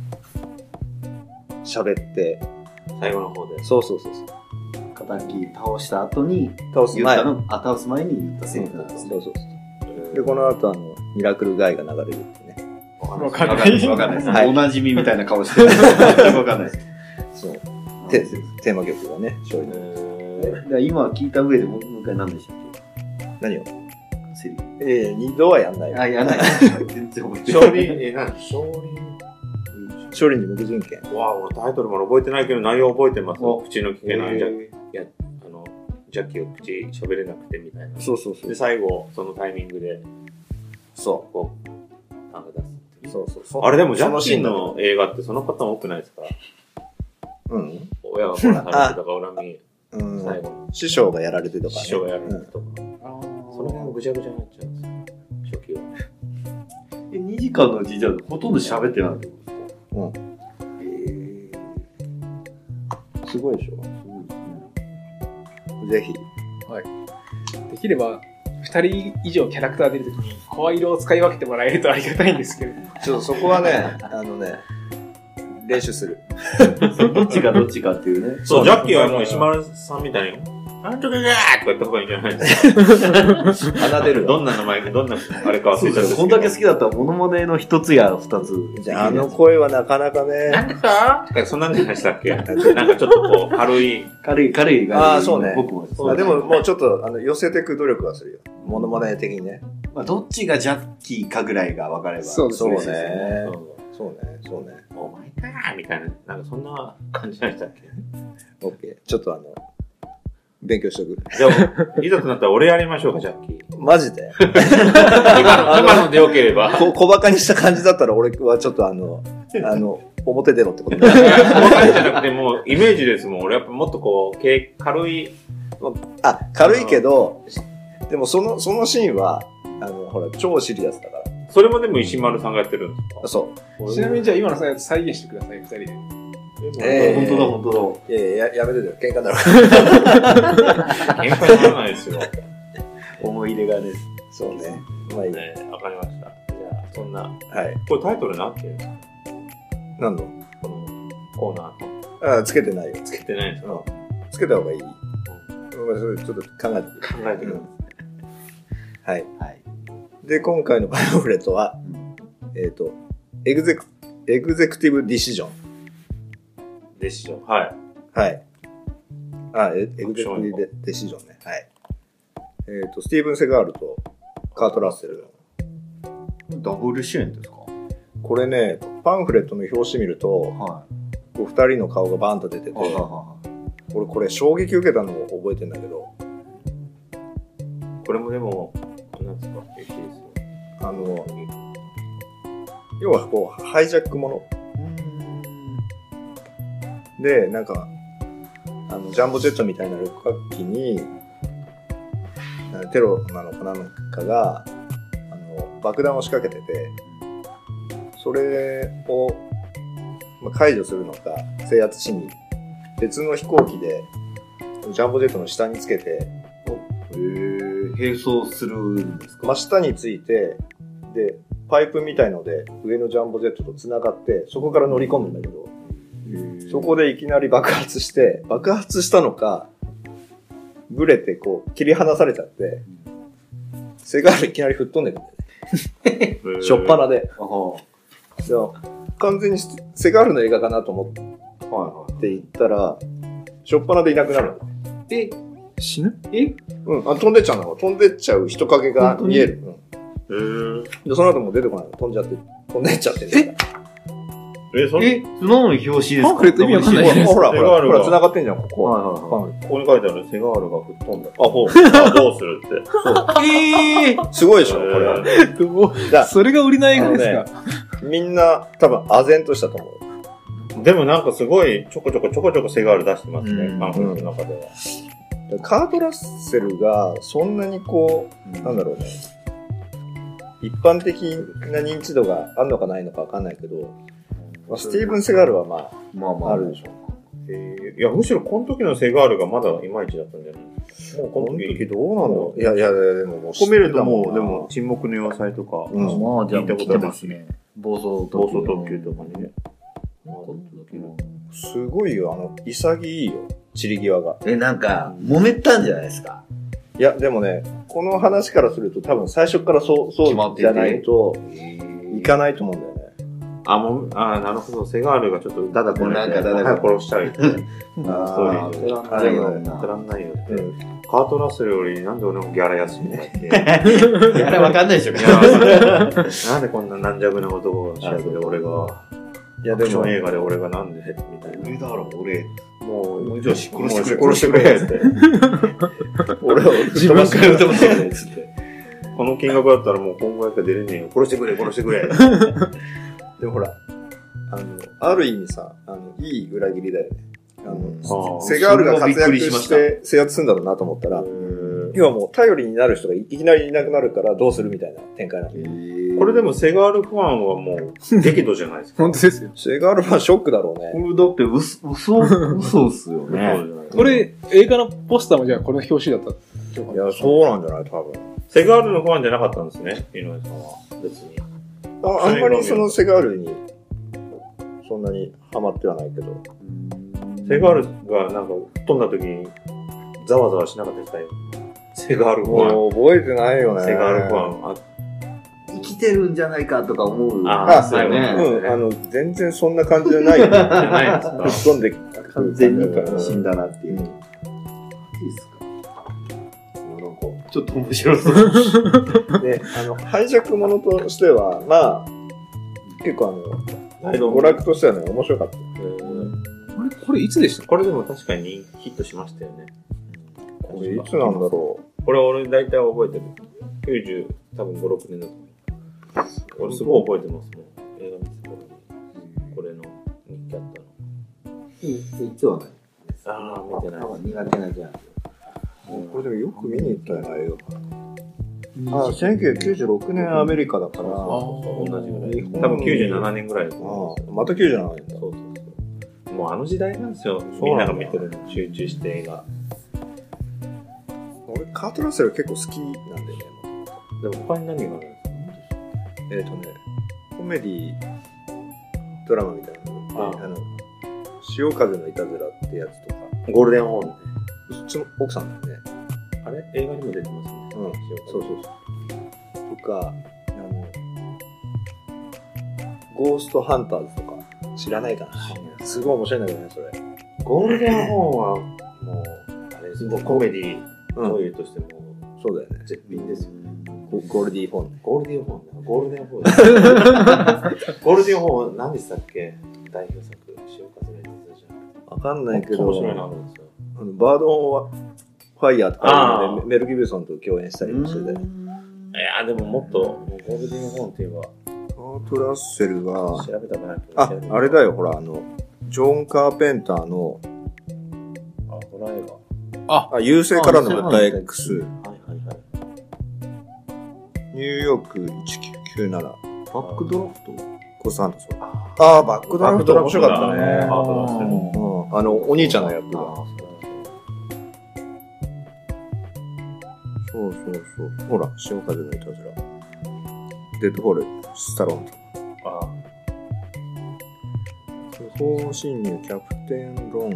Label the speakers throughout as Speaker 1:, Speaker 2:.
Speaker 1: 喋って、
Speaker 2: ー最後の方で。
Speaker 1: そうそうそうそう、
Speaker 3: 敵倒した後に、
Speaker 1: 倒す
Speaker 3: 言っ
Speaker 1: 前。
Speaker 3: た
Speaker 1: そう
Speaker 3: の、あ、倒す前に言ったセリフなんです
Speaker 1: そう
Speaker 3: ね。
Speaker 1: そう。で、この後あの、ミラクルガイが流れるってね。
Speaker 4: わかんない。
Speaker 3: わかんないです。
Speaker 1: はい
Speaker 3: おなじみみたいな顔してる。わかんないです。
Speaker 1: そう。テテーマ曲がね、勝利
Speaker 2: え
Speaker 1: の。
Speaker 3: だ
Speaker 2: ー
Speaker 3: から今聞いた上でもうもう一回何でしたっ
Speaker 1: 何を
Speaker 3: けセリフ。
Speaker 1: ええ、二度はやんないよ。
Speaker 3: あ、やんない。全然覚えてない。
Speaker 2: 勝利、えー、なん勝
Speaker 1: 勝利に無人権。
Speaker 2: 利。わあ、俺タイトルまで覚えてないけど、内容覚えてます。
Speaker 3: お
Speaker 2: 口の聞けないジャッキー。いや、あの、ジャッキーを口喋れなくてみたいな。
Speaker 1: そうそうそ
Speaker 2: で、
Speaker 1: う。
Speaker 2: 最後、そのタイミングで、
Speaker 1: そ。
Speaker 2: こう、なんか出すっていう
Speaker 1: そうそうそう。
Speaker 2: あれでも、ジャッキー
Speaker 1: その
Speaker 2: の映画ってそのパターン多くないですか
Speaker 1: シーンだけうん。
Speaker 2: 親が 殺されてとか、恨み、
Speaker 1: うん
Speaker 2: 最後、
Speaker 1: 師匠がやられてとかね。
Speaker 2: 師匠がやる
Speaker 1: うん
Speaker 2: とか。そ
Speaker 4: そ
Speaker 2: の
Speaker 4: れ
Speaker 2: 辺も
Speaker 4: も
Speaker 2: ぐちゃぐちゃになっちゃうんですよ。初期は。
Speaker 3: え2時間のうちじゃあほとんど喋ってない ってことですか
Speaker 1: うん
Speaker 3: え
Speaker 1: すごいでしょ
Speaker 3: ー、すごいですね。
Speaker 1: ぜひ。
Speaker 4: できれば、二人以上キャラクター出るときに、声色を使い分けてもらえるとありがたいんですけど。
Speaker 1: ちょっとそこは ね、あのね、練習する。
Speaker 3: どっちがどっちかっていうね。
Speaker 2: そう、ジャッキーはもう石丸さんみたいに、なんとかがーとかやった方がいいんじゃないですか。
Speaker 1: 鼻出るわ
Speaker 2: どんな名前か、どんなあれか忘
Speaker 3: そう
Speaker 2: れちゃ
Speaker 3: だ
Speaker 2: う
Speaker 3: よ。こんだけ好きだったら、モノマネの一つや二つ。
Speaker 1: じゃあ、あの声はなかなか
Speaker 2: な
Speaker 1: ね、
Speaker 2: んとかなんかそんなんじゃないでしたっけなんかちょっとこう、軽い。
Speaker 3: 軽い、軽い
Speaker 1: あーそうね
Speaker 3: 僕も。
Speaker 2: そう
Speaker 1: あでももうちょっとあの寄せていく努力はするよ。モノマネ的にね。
Speaker 3: まあ、どっちがジャッキーかぐらいが分かれば。
Speaker 4: そうですね
Speaker 3: 嬉しいですね。
Speaker 1: そうね、そうね。
Speaker 2: お前かーみたいな、なんかそんな感じじゃないでしたっけ
Speaker 1: OK。ちょっとあの、勉強しとく。
Speaker 2: じゃあ、いざとなったら俺やりましょうか、ジャッキー。
Speaker 1: マジで
Speaker 2: 今の、今のでよければ。
Speaker 1: こ小馬鹿にした感じだったら俺はちょっとあの、あの、表出ろってことになる
Speaker 2: 細かいじゃなくて、もうイメージですもん。俺やっぱもっとこう、軽軽い。
Speaker 1: あ、軽いけど、でもその、そのシーンは、あの、ほら、超シリアスだか
Speaker 2: それもでも石丸さんがやってるんです
Speaker 1: ら。そう。
Speaker 4: ちなみにじゃあ今のやつ再現してください、二人で。
Speaker 2: か
Speaker 1: ええ
Speaker 3: 本当だ、本当だ。
Speaker 1: いやいや、ややめててよ。喧嘩になるから。
Speaker 2: 喧嘩にならないですよ。
Speaker 3: 思い入れがね。
Speaker 1: そうね。まあいい。
Speaker 2: ねわかりました。じゃあ、そんな。
Speaker 1: はい。
Speaker 2: これタイトルなんていうの
Speaker 1: 何の
Speaker 2: このコーナー
Speaker 1: あ、つけてないよ。
Speaker 2: つけてないんですか
Speaker 1: うん。つけた方がいい。まあそれちょっと考えて
Speaker 2: 考えて
Speaker 1: みる
Speaker 2: くる。
Speaker 1: はい。
Speaker 3: はい。
Speaker 1: で、今回のパ ンフレットは、えっ、と、エグゼク、エグゼクティブディシジョン。
Speaker 2: でしょ。はい。
Speaker 1: はい。あ、エエグゼクティブデディシジョンね。はい。えっ、と、スティーブン・セガールとカート・ラッセル。
Speaker 3: ダブル主演ですか
Speaker 1: これね、パンフレットの表紙見ると、
Speaker 3: は
Speaker 1: こう二人の顔がバーンと出てて、
Speaker 3: い。はいはい
Speaker 1: 俺
Speaker 3: は
Speaker 1: これ衝撃受けたのを覚えてんだけど、
Speaker 2: これもでも、なんですか、いいですよ。
Speaker 1: あの、要はこう、ハイジャックもの。
Speaker 3: いうん
Speaker 1: で、なんか、あの、ジャンボジェットみたいな旅客機に、あのテロなのかなのかが、あの、爆弾を仕掛けてて、それを、まあ、解除するのか、制圧しに、別の飛行機で、ジャンボジェットの下につけて、
Speaker 3: へー並走するんですか
Speaker 1: 真下について、で、パイプみたいので、上のジャンボジェットと繋がって、そこから乗り込むんだけど、そこでいきなり爆発して、爆発したのか、ブレてこう、切り離されちゃって、セガールいきなり吹っ飛んでくるんだよね。しょっぱなで。
Speaker 3: あは
Speaker 1: でも完全にセセガールの映画かなと思っ
Speaker 3: いは
Speaker 1: て行ったら、しょっぱなでいなくなるんだよ
Speaker 4: え、死ぬえ
Speaker 1: うん、あ飛んでっちゃうの。飛んでっちゃう人影が見える。うん
Speaker 2: えー、
Speaker 1: で、その後もう出てこないの。飛んじゃって、飛んでっちゃってるから。
Speaker 2: え、そ
Speaker 3: い。え
Speaker 2: れ、、
Speaker 3: その表紙です
Speaker 4: パンフレット意味わかんない
Speaker 3: ダブル主演
Speaker 4: え
Speaker 1: ほらほら、ほら、
Speaker 2: セガール
Speaker 1: ほ
Speaker 2: が
Speaker 1: ら、繋がってんじゃん、ここ。
Speaker 3: はいはいはい。
Speaker 2: ここに書いてある、セガールが吹っ飛んだ。あ、ほう。あどうするって。
Speaker 4: えー
Speaker 1: すごいでしょ、これは。
Speaker 2: れ。
Speaker 4: でも
Speaker 1: だ
Speaker 4: それが売りの映画ですか。
Speaker 1: みんな、多分、唖然としたと思う。
Speaker 2: でもなんかすごい、ちょこちょこちょこちょこセガール出してます
Speaker 3: う
Speaker 2: ね、
Speaker 3: ん
Speaker 2: パンフレットの中では。
Speaker 1: カートラッセルが、そんなにこう、なんだろうね。一般的な認知度があるのかないのかわかんないけど、まあ、スティーブン・セガールはまあ、
Speaker 3: まあまあ。
Speaker 1: あるでしょ
Speaker 2: えーいや、むしろこの時のセガールがまだいまいちだったんじゃないもう
Speaker 1: こ
Speaker 2: こ
Speaker 1: の
Speaker 2: の
Speaker 1: 時
Speaker 2: 時、
Speaker 1: どうなんだろういやいやいや、でももう
Speaker 2: 褒めるとも
Speaker 1: 知っ
Speaker 2: う、
Speaker 1: てた
Speaker 2: で
Speaker 1: んな
Speaker 2: も、沈黙の要塞とか、
Speaker 1: うん
Speaker 3: まあ、じゃあ、
Speaker 2: 聞いた
Speaker 3: 来
Speaker 2: こ
Speaker 3: て
Speaker 2: とある
Speaker 3: ますね。暴走
Speaker 2: 暴走特急とかにね。
Speaker 1: すごいよ、あの、潔いよ、散り際が。
Speaker 3: え、なんか、揉めたんじゃないですか。
Speaker 1: いや、でもね、この話からすると多分最初からそう、そ
Speaker 3: 決まっ
Speaker 1: う
Speaker 3: てて
Speaker 1: じゃないと、い
Speaker 3: い
Speaker 1: かないと思うんだよね。
Speaker 2: あ、もう、あーなるほど、セガールがちょっとダダこねて
Speaker 3: なんかダダ
Speaker 2: 早く殺しちゃうよね。
Speaker 1: あー
Speaker 2: あーやって
Speaker 3: あ
Speaker 2: らんないよ、や
Speaker 3: れ
Speaker 2: ってらんないよって。
Speaker 1: うん
Speaker 2: カートラッセルよりなんで俺もギャラ安いんだって。 いや
Speaker 3: あれわかんないでしょ、みんな。
Speaker 2: なんでこんな軟弱な男が主役で俺 が、
Speaker 1: いや、
Speaker 2: ア
Speaker 1: で
Speaker 2: クショ
Speaker 1: も
Speaker 2: ン、映画で俺がなんで、みたいな。
Speaker 3: だろ、俺。
Speaker 2: もう、
Speaker 3: じゃあ殺してくれ
Speaker 2: もう殺してくれって。
Speaker 1: 俺を
Speaker 3: 自分から歌ってないっつって。
Speaker 2: この金額だったらもう今後やったら出れねえよ。殺してくれ、殺してくれ。
Speaker 1: でもほら、あの、ある意味さ、あの、いい裏切りだよね。あの、
Speaker 2: あー
Speaker 1: セガールが活
Speaker 3: それは
Speaker 1: 躍
Speaker 3: びっくりしま
Speaker 1: し
Speaker 3: した
Speaker 1: て制圧するんだろうなと思ったら、
Speaker 2: こ
Speaker 1: 要はもう頼りになる人がいきなりいなくなるからどうするみたいな展開なの。
Speaker 2: れでもセガールファンはもう激怒じゃない ですか。
Speaker 4: 本当ですよ。
Speaker 1: セガールはショックだろうね。
Speaker 3: 俺だって嘘、嘘、嘘っすよね。
Speaker 4: これ、映画のポスターもじゃあこの表紙だったってこと
Speaker 1: いや、そうなんじゃない多分。
Speaker 2: セガールのファンじゃなかったんですね、井上さんは。別に。
Speaker 1: ああんまりそのセガールに、そんなにハマってはないけど。
Speaker 2: セガールがなんか飛んだ時にざわざわしなかったですかよ。セガールファン。
Speaker 1: もう覚えてないよね。
Speaker 2: セガールファン。あ
Speaker 3: 生きてるんじゃないかとか思う。
Speaker 2: あ
Speaker 1: ー
Speaker 3: そう
Speaker 2: 最後
Speaker 3: ね。
Speaker 2: の
Speaker 1: うん、あの、全然そんな感じじゃないよね。
Speaker 2: じゃない
Speaker 1: ぶ
Speaker 2: で
Speaker 1: っ
Speaker 2: す
Speaker 1: 飛んで、
Speaker 3: 完全に死
Speaker 1: 死
Speaker 3: ん
Speaker 1: ん
Speaker 3: だなって
Speaker 1: う
Speaker 3: い
Speaker 1: ん
Speaker 3: う。いいっすか
Speaker 1: なんか
Speaker 3: ちょっと面白そう。
Speaker 1: で、あの、拝借者としては、まあ、結構 あ
Speaker 2: は
Speaker 1: の、
Speaker 2: いどうも
Speaker 1: 娯楽としてはね、面白かった。
Speaker 4: これ、これいつでした
Speaker 2: か。これでも確かにヒットしましたよね。
Speaker 1: これいつなんだろ
Speaker 2: これ俺大体覚えてる。90、多分5、6年だと思う。俺すごい覚えてますもん。映画見てこれ。これの
Speaker 5: で今日はない。
Speaker 2: ああ、見てない
Speaker 5: 多。分苦手なジャンル。
Speaker 1: これでもよく見に行ったよな、映画
Speaker 4: うん
Speaker 1: ああ、1996年アメリカだから、
Speaker 2: 同じぐらい。
Speaker 1: 日本に
Speaker 2: 多分97年ぐら
Speaker 1: あ
Speaker 2: い。
Speaker 1: あ、また97年だ。
Speaker 2: そうそうそう。もうあの時代なんですよ。みんなが見てるの集中して映画。
Speaker 1: 俺、カートラッセル結構好きなんだよね。
Speaker 2: でも他に何があるんですか
Speaker 1: えっ、とね、コメディドラマみたいなのがあって
Speaker 2: あ
Speaker 1: あの、潮風のいたずらってやつとか、
Speaker 2: ゴールデンオン。
Speaker 1: うちの奥さんだよね。
Speaker 2: あれ映画にも出てますね。
Speaker 1: うんそうそうそう。とか、あの、ゴーストハンターズとか、知らないかな。すごい面白いんだけどね、それ。
Speaker 2: ゴールデンホーンは、もう、あれですもうコメディ、女優としても、
Speaker 1: そうだよね。
Speaker 2: 絶品ですよ。
Speaker 1: ゴゴールディフォン。
Speaker 2: ゴールデンホーンだゴールデン ホーン。ゴールデンホーン、何でしたっけ代表作、潮風のやつじゃん。
Speaker 1: わかんないけど、
Speaker 2: 面白いのあるんですよ。
Speaker 1: あのバードオンファイヤーとかいうの
Speaker 2: ああ
Speaker 1: で、メメル・ギブソンと共演したりもしてて。
Speaker 2: いやでももっと、もうゴールデンホーンって言えば、
Speaker 1: カートラッセルは、
Speaker 2: 調べたくないけど
Speaker 1: あ、あれだ。よ、ほら、あの、ジョン・カーペンターの、
Speaker 2: あ、ホラー映画。
Speaker 1: あ、優勢からの舞台 X、
Speaker 2: はいはいはい。
Speaker 1: ニューヨーク1997、バ
Speaker 5: バックドロフト
Speaker 1: コスハントソン。
Speaker 2: あ
Speaker 1: あー、バックドラフト
Speaker 2: バッ
Speaker 1: 面
Speaker 2: クド
Speaker 1: 白
Speaker 2: ラフト
Speaker 1: かった
Speaker 2: だ
Speaker 1: ね。
Speaker 2: あそうなんですね
Speaker 1: うん、あの、お兄ちゃんの役が。そうそうそう。ほら、潮風のいたずら。デッドホール、スタローン
Speaker 2: ああ。
Speaker 1: 不法侵入、キャプテン・ロン、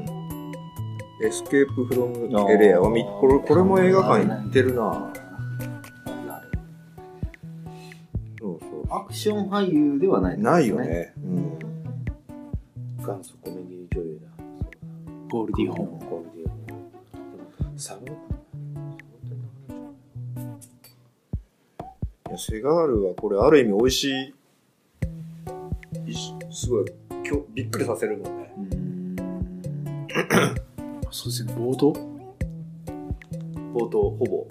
Speaker 1: エスケープ・フロム・エレアを見、これこれも映画館行ってるなそうそ
Speaker 5: アクション俳優ではな
Speaker 1: う。
Speaker 5: い。
Speaker 1: ないよ。ね。うん。
Speaker 2: 元祖コメディ女優だ。
Speaker 4: ゴールディホーン。
Speaker 2: ゴールディオン。サム
Speaker 1: いや、セガールはこれ、ある意味美味しい。いしすごい、きょびっくりさせるもんね。
Speaker 4: そうですね、冒頭
Speaker 1: 冒頭、ほぼ。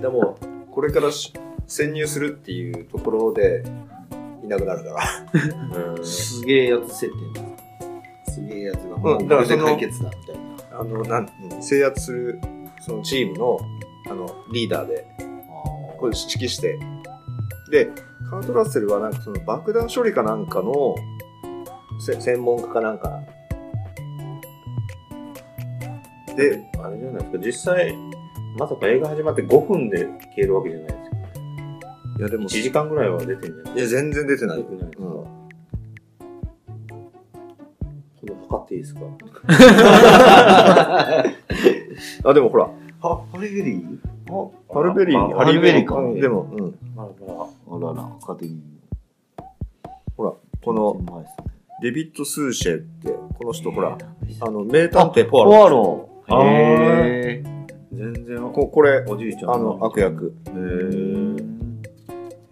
Speaker 1: でも、これからし潜入するっていうところで、いなくなるから。
Speaker 5: すげえやつ設定なんです。すげえやつがも
Speaker 1: う
Speaker 5: うんこ
Speaker 1: だから
Speaker 5: れ
Speaker 1: そ
Speaker 5: で
Speaker 1: の
Speaker 5: 解決だみたいな。
Speaker 1: あの、なん、うん制圧する、そのチームの、あの、リーダーで、これ指揮して。で、カートラッセルはなんかその爆弾処理かなんかのせ専門家かなんか。で、
Speaker 2: あれじゃないですか、実際、まさか映画始まって5分で消えるわけじゃないですよ。
Speaker 1: いやでも、
Speaker 2: 1
Speaker 1: い
Speaker 2: 時間ぐらいは出てんじゃない
Speaker 1: や全然出てない
Speaker 2: 出
Speaker 1: よ。
Speaker 2: てないですか。
Speaker 1: うん
Speaker 2: これ測っていいですか
Speaker 1: あ、でもほら、
Speaker 5: ハハリベリー
Speaker 1: ハルベリーに、
Speaker 5: あハルベリーか
Speaker 1: でも、うん。
Speaker 2: まあまあ
Speaker 5: あらら、アカデミー。
Speaker 1: ほら、この、
Speaker 5: 前ですね、
Speaker 1: デビッド・スーシェって、この人ほ
Speaker 5: あ
Speaker 1: ら、あの、名探偵ポアロ。
Speaker 5: ポアロ。
Speaker 1: あー
Speaker 5: へー
Speaker 2: 全然、
Speaker 1: ここれ、
Speaker 2: おじいちゃん。
Speaker 1: あの、悪役。
Speaker 2: へー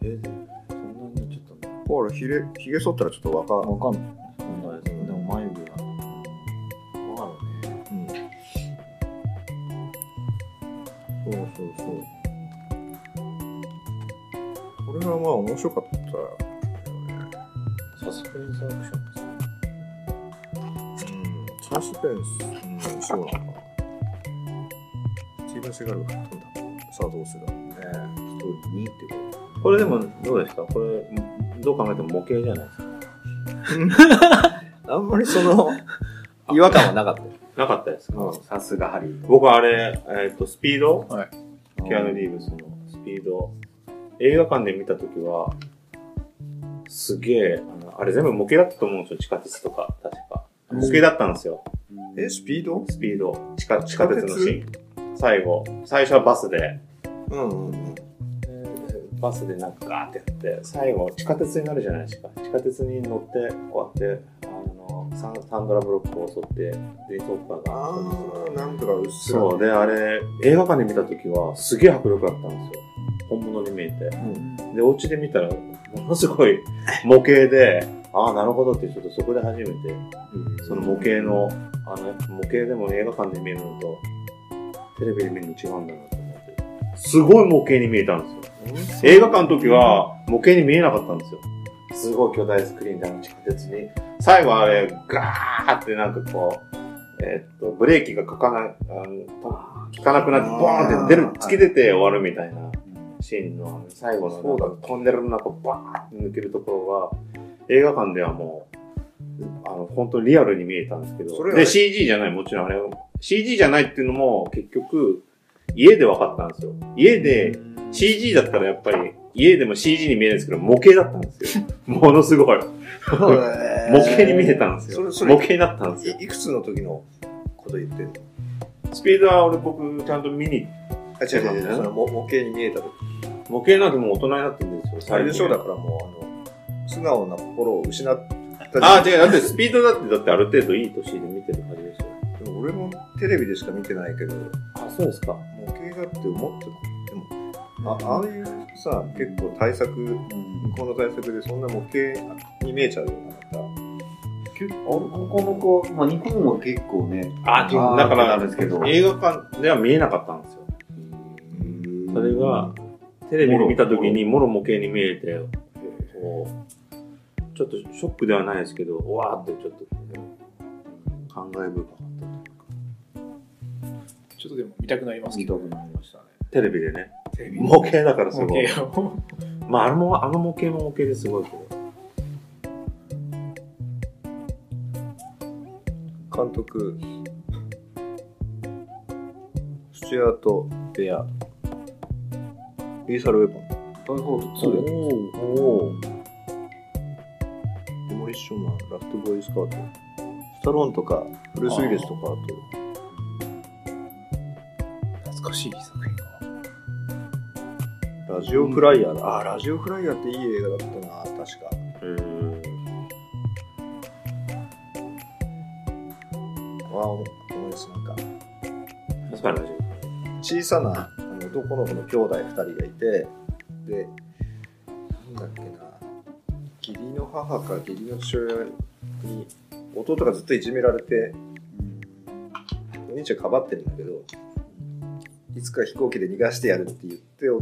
Speaker 2: えでもそんなにちょっとね
Speaker 1: ポアロ、ひれ、ひげ剃ったらちょっと若、
Speaker 5: わかんない。
Speaker 2: 問題ですね
Speaker 5: でも眉毛は。
Speaker 2: わかるね
Speaker 1: うん。そうそうそう。これはまあ面白かったよね。
Speaker 2: サスペンスアクションですね
Speaker 1: うん。サスペンス、うん、そうなのかな。スティーブン・セガルが吹っ飛んだ。さあどうするだろうね。
Speaker 5: 一人にってこ
Speaker 2: これでもどうですかこれどう考えても模型じゃないですか
Speaker 1: あんまりそ の、違和感はなかったよ。
Speaker 2: なかったですか、
Speaker 1: うん
Speaker 5: と。さすがハリー。
Speaker 2: 僕はあれ、えっとスピードキアヌ・
Speaker 5: リ
Speaker 2: リーブスのスピード映画館で見た時はすげえあのあれ全部模型だったと思うんですよ地下鉄とか確か模型だったんですよ
Speaker 1: え、スピード
Speaker 2: スピード地下地下鉄のシーン最後最初はバスで
Speaker 1: うんうん。
Speaker 2: バスでなんかガーってやって最後地下鉄になるじゃないですか地下鉄に乗ってこうやってあのサンサンドラブロックを襲ってデイトッパー
Speaker 1: あ
Speaker 2: が
Speaker 1: ー、なんとかうっすら。
Speaker 2: そうであれ映画館で見た時はすげえ迫力だったんですよ本物に見えて
Speaker 1: うん。
Speaker 2: でお家で見たらものすごい模型でああなるほどってちょっとそこで初めてその模型のあの模型でも映画館で見るのとテレビで見るの違うんだなと思ってすごい模型に見えたんですよ映画館の時は模型に見えなかったんですよ。すごい巨大スクリーンであの地下鉄に。最後あれ、ガーってなんかこう、えーっと、ブレーキがかかない、あのポン効かなくなって、ボーンって出る、突き出て終わるみたいなシーンの、最後の
Speaker 1: そうだ
Speaker 2: なんかトンネルの中、バーンって抜けるところが、映画館ではもう、あの、本当にリアルに見えたんですけ
Speaker 1: そ
Speaker 2: ど、
Speaker 1: れは
Speaker 2: で、CG じゃない、もちろんあれは、CG じゃないっていうのも、結局、家で分かったんですよ。家で、CG だったらやっぱり、家でも CG に見えるんですけど、模型だったんですよ。 ものすごい。模型に見えたんです
Speaker 1: そ
Speaker 2: よ
Speaker 1: れ。それ
Speaker 2: 模型だった んですよ。
Speaker 1: いいくつの時のこと言ってるの
Speaker 2: スピードは俺僕ちゃんと見に、
Speaker 1: あ、違う違う違う。その模模型に見えた時。
Speaker 2: 模型なんてもう大人になってるんですよ。
Speaker 1: あれでしょうだ
Speaker 2: だ。
Speaker 1: からもう、あの、素直な心を失った
Speaker 2: ああ、違う。だってスピードだって、だってある程度いい年で見てるはずですよ。
Speaker 1: でも俺もテレビでしか見てないけど、
Speaker 2: あ、そうですか。
Speaker 1: 模型だって思ってでもあああいうさ結構対策向こうの対策でそんな模型に見えちゃうようなま
Speaker 3: 結構、なかなか、まあ、日本は結構ね、
Speaker 2: あ、だ
Speaker 3: あーっ
Speaker 2: か
Speaker 3: てなるんですけど
Speaker 2: ら、映画館では見えなかったんですよ。それが、テレビで見た時にもろ模型に見えて、こうちょっとショックではないですけど、わーってちょっと、感慨深かった。
Speaker 4: ちょっとでも見たくなりますけど。
Speaker 3: なりましたね。
Speaker 2: テレビでね。
Speaker 4: テレビ
Speaker 2: 模型だからす
Speaker 4: 模
Speaker 2: ごい。
Speaker 4: 型を。
Speaker 2: まあ、あれも、あの模型も模型ですごいけど。
Speaker 1: た監督スチュアート・ベアードイーサル・ウェポン
Speaker 3: ダイハード
Speaker 2: お
Speaker 3: 2
Speaker 2: おー
Speaker 1: デモリッションマンラスト・ボーイ・スカウトスタローンとかブルース・ウィリスとかあと
Speaker 4: 懐かしい作品が。
Speaker 1: ラジオフライヤーだ。あー、ラジオフライヤーっていい映画だったな、確か。
Speaker 2: うん。
Speaker 1: ああ、思いです。なんか、
Speaker 2: 確かに大丈
Speaker 1: 小さなあの男の子の兄弟2人がいて、で、なんだっけな、義理の母か義理の父親に、弟がずっといじめられて、お兄ちゃんかばってるんだけど、いつか飛行機で逃がしてやるって言ってお、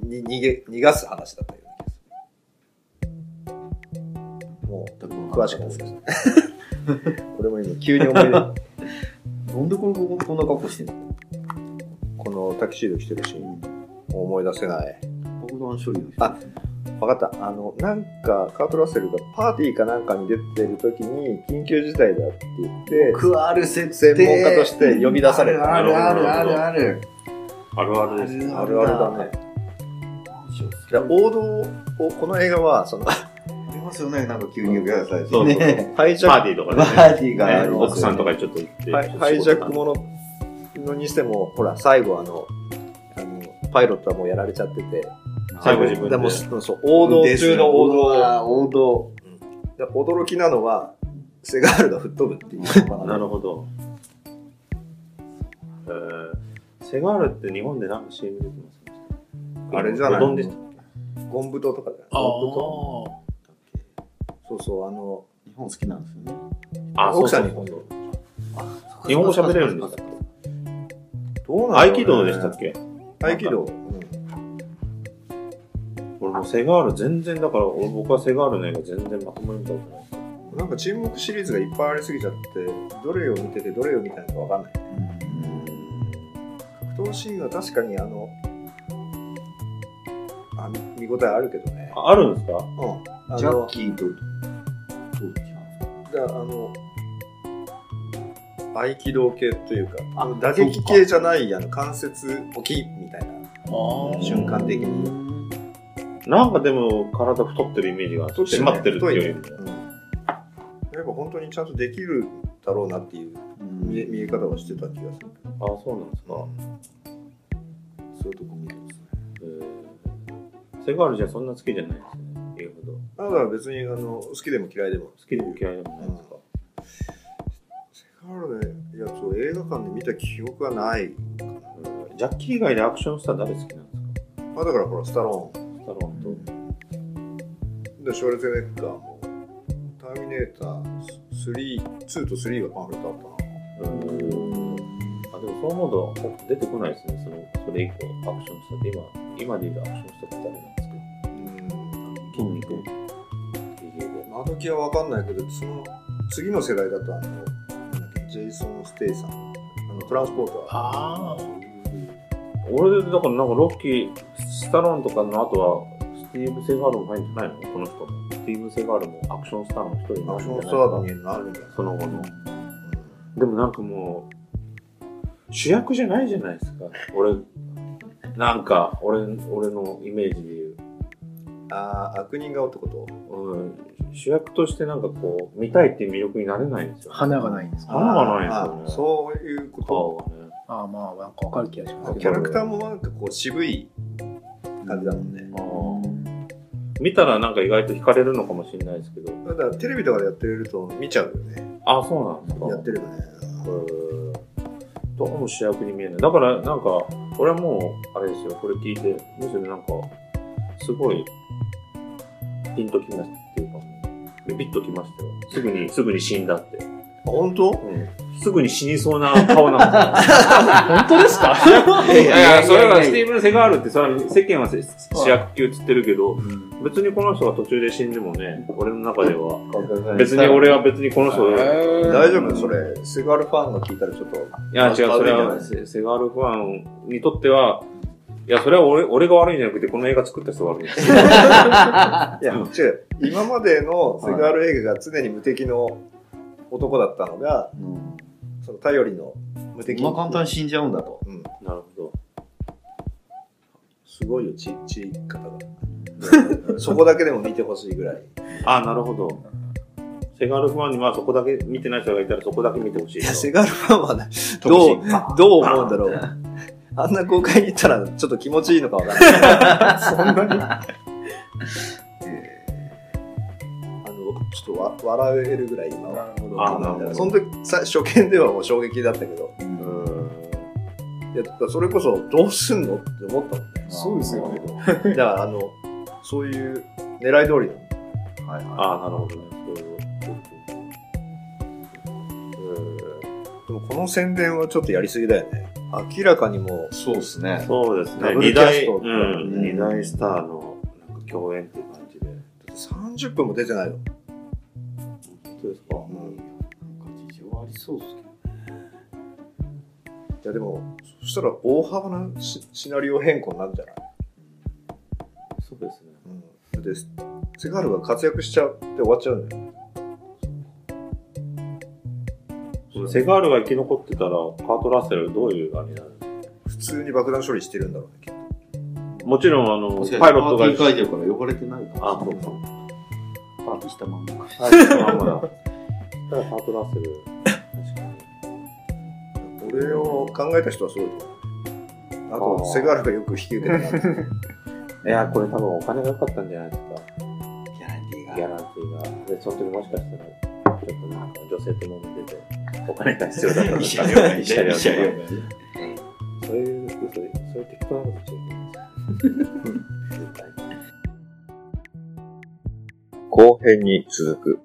Speaker 1: に逃げ、逃がす話だったような気がする。もう、詳しく思い出した。 俺も今急に思い出した
Speaker 3: なんでこれここんな格好してんの
Speaker 1: このタキシード着てるシーン思い出せない
Speaker 3: 爆弾処理の人。
Speaker 1: あ分かったあのなんかカート・ラッセルがパーティーかなんかに出てる時に緊急事態だって言って
Speaker 5: クアル設
Speaker 1: 専
Speaker 5: 定
Speaker 1: 門家として呼び出された
Speaker 5: あるあるあるあるある
Speaker 2: 夫。あるあるです。
Speaker 1: あるあるだねだから王道をこの映画はその
Speaker 5: ありますよねなんか急に呼び出され
Speaker 2: そ
Speaker 5: て
Speaker 2: うそう
Speaker 5: ね
Speaker 1: ハイジ
Speaker 2: パ
Speaker 1: ャ
Speaker 2: ーティーと
Speaker 5: バ
Speaker 2: か
Speaker 5: ーティーが あ
Speaker 2: で
Speaker 5: ります
Speaker 2: ね、
Speaker 5: よね
Speaker 2: 奥さんとかにちょっと行って。
Speaker 1: ックハイジャックもののにしてもほら最後あのあのパイロットはもうやられちゃってて
Speaker 2: 最後自分
Speaker 1: で
Speaker 2: で。
Speaker 1: もそうそう王道中の王道だか
Speaker 5: あー王道
Speaker 1: ら驚きなのはセガールが吹っ飛ぶって いうのか
Speaker 2: なるほど。えー、セガールって日本で何か CM 出てます
Speaker 1: あれじゃない
Speaker 2: ご存知でしたっ
Speaker 1: ゴンブトとかじゃない
Speaker 4: ああ。
Speaker 1: そうそうあの
Speaker 5: 日本好きなんですよね
Speaker 2: けあ、そう
Speaker 1: 奥
Speaker 2: そ
Speaker 1: さ
Speaker 2: うん
Speaker 1: 日本語
Speaker 2: 日本語喋れるんですか
Speaker 1: どうな
Speaker 2: 合気道でしたっけ
Speaker 1: け合気道、
Speaker 2: 俺もうセガール全然だから、俺僕はセガールの映画全然まともに見たことない。
Speaker 1: うんなんか沈黙シリーズがいっぱいありすぎちゃってどれを見ててどれを見たのかわかんない格闘シーンは確かにあのあ見応えあるけどね
Speaker 2: ああるんですか
Speaker 1: うんあ
Speaker 5: ジャ
Speaker 1: の
Speaker 5: ッキーとどう違
Speaker 1: だあの合気道系というか打撃系じゃないあの関節置きみたいな
Speaker 4: ああ。
Speaker 1: 瞬間的に
Speaker 2: なんかでも体太ってるイメージが
Speaker 1: 太ってる
Speaker 2: 締まってるっていうよりも。
Speaker 1: うん、やっぱ本当にちゃんとできるだろうなっていう見え見え方をしてた気がするけど
Speaker 2: あ、そうなんですか。
Speaker 5: そういうとこ見るんですね
Speaker 2: えーセガールじゃそんな好きじゃないですね。言うほど。
Speaker 1: ただ別にあの好きでも嫌いでも好
Speaker 2: 好
Speaker 1: き
Speaker 2: きでも嫌いでもないですか。
Speaker 1: セカールのやつを映画館で見た記憶はない
Speaker 2: うんジャッキー以外でアクションスター誰好きなんですか
Speaker 1: あだからほらスタロー
Speaker 2: スタローンと。
Speaker 1: ンでショルツェネッガーもターミネーター3 2と3がパンフレットあったな
Speaker 2: うーんあでもそう思うと出てこないですね、そのそれ以降、アクションスターって今、今でいうアクションスターって誰なんですか
Speaker 1: うん
Speaker 2: 筋肉、ヒゲで。
Speaker 1: 窓際は分かんないけどその次の世代だとあのなんだっけジェイソン・ステイさん。あの、トランスポーター。
Speaker 4: あ
Speaker 2: 俺で、だからなんかロッキー、スタローンとかの後は、スティーブ・セガールも入るんじゃないのこの人。スティーブ・セガールもアクションスターの一人にな
Speaker 1: ア
Speaker 2: る
Speaker 1: ク
Speaker 2: んじ
Speaker 1: シ
Speaker 2: ゃな
Speaker 1: ョ
Speaker 2: い
Speaker 1: ンスターになるんじゃない
Speaker 2: その後の。
Speaker 1: うん
Speaker 2: でもなんかもう、主役じゃないじゃないですか。俺、なんか、俺、俺のイメージで言う。
Speaker 1: ああ、悪人顔ってこと
Speaker 2: うん、主役としてなんかこう、見たいっていう魅力になれないんですよ。
Speaker 3: 花がないんですか
Speaker 2: 花がないですよね
Speaker 1: あーそういうこ
Speaker 2: 顔がね。
Speaker 3: ああ、まあ、なんかわかる気がします
Speaker 1: と。
Speaker 3: け
Speaker 1: キャ
Speaker 3: ど。
Speaker 1: ラクターもなんかこう渋い感じだもんね。
Speaker 2: 見たらなんか意外と惹かれるのかもしれないですけど。
Speaker 1: ただテレビとかでやってると見ちゃうよね。
Speaker 2: あ、そうなんですか。
Speaker 1: やってるよね。
Speaker 2: えーどうも主役に見えない。だからなんか、俺はもう、あれですよ、これ聞いて、むしろなんか、すごい、ピンときましたっていうか、ビビッときましたよ。すぐに、すぐに死んだって。
Speaker 1: あ、本当
Speaker 2: うん。すぐに死にそうな顔なんですよ。
Speaker 4: あ。本当ですか
Speaker 2: いやいや、それはスティーブン・セガールって、それは世間はせ主役級って言ってるけど、別にこの人が途中で死んでもね、俺の中では、別に俺は別にこの人、
Speaker 1: 大丈夫それ。セガールファンが聞いたらちょっと。
Speaker 2: いや、違う、
Speaker 1: まあ
Speaker 2: そ
Speaker 1: 悪い
Speaker 2: れ
Speaker 1: ん
Speaker 2: は、
Speaker 1: じゃ
Speaker 2: セセガールファンにとっては、いや、それは俺俺が悪いんじゃなくて、この映画作った人が悪いんですよ。
Speaker 1: いや、違う。今までのセガール映画が常に無敵の男だったのが、
Speaker 5: うん
Speaker 1: その頼りの無敵
Speaker 5: こんな簡単に死んじゃうんだと。
Speaker 1: うん。
Speaker 2: なるほ
Speaker 1: すごいよ、ちっちい方が。そこだけでも見てほしいぐらい。
Speaker 2: ど。あ、なるほど。セガールファンにはそこだけ見てない人がいたらそこだけ見てほしい
Speaker 1: い
Speaker 2: と。
Speaker 1: や、セガールファンはね、どう、どう思うんだろう。 あんな公開に行ったら、ちょっと気持ちいいのかわからない。そんなにあの、ちょっとわ笑えるぐらい今は。
Speaker 4: なるほど。
Speaker 2: あなるほど
Speaker 1: その時さ初見ではもう衝撃だったけど、
Speaker 2: うーん
Speaker 1: いやだからそれこそどうすんのって思ったもんね。
Speaker 4: そうですよね。
Speaker 1: だからあの、そういう狙い通りの
Speaker 5: はいは
Speaker 2: あ、なるほどね。そういうこ
Speaker 1: で
Speaker 2: と
Speaker 1: もこの宣伝はちょっとやりすぎだよね。明らかにもう
Speaker 5: い。そうです
Speaker 2: うーん
Speaker 5: ね。
Speaker 2: そうです
Speaker 1: ダ
Speaker 2: ね。
Speaker 1: ブル
Speaker 2: 二
Speaker 1: キャス
Speaker 2: 大、
Speaker 1: ト
Speaker 2: うん、
Speaker 5: うん
Speaker 2: 二大スターのなんか共演っていう感じで。
Speaker 1: 30分も出てないの。
Speaker 2: 本当ですか、
Speaker 3: なんか事情ありそうですけど。
Speaker 1: いやでも、そしたら大幅なシシナリオ変更になるんじゃない、
Speaker 2: そうですね。
Speaker 1: うん、でセガールが活躍しちゃって終わっちゃうんだよ。
Speaker 2: セガールが生き残ってたら、カート・ラッセルどういうあれになる
Speaker 1: 普通に爆弾処理してるんだろうね、きっ
Speaker 2: もちろん、あの、
Speaker 5: 確かに
Speaker 2: パイロットが
Speaker 5: パーティー書いてるから汚れてないか
Speaker 2: あ、
Speaker 5: も
Speaker 2: そ
Speaker 5: しれ
Speaker 2: うか
Speaker 5: ない。。パーティーしたまんま。
Speaker 2: はい、まあまだ。ただ、ハートラッセル。確かに。
Speaker 1: と。これを考えた人はすごいと思う。あ
Speaker 2: あー
Speaker 1: と、セガールがよく引き受けてた な。
Speaker 2: いや、これ多分お金が良かったんじゃないです
Speaker 5: ギャランティー
Speaker 2: か。ギャランティーが。で、その時もしかしたら、ちょっとなんか女性と揉めてて、お金が必 要だった
Speaker 5: 慰謝
Speaker 2: か
Speaker 5: 料が慰謝料が
Speaker 2: 慰謝料がそういう、そういう、そういう適当なことし ちゃいけない。
Speaker 1: 後編に続く。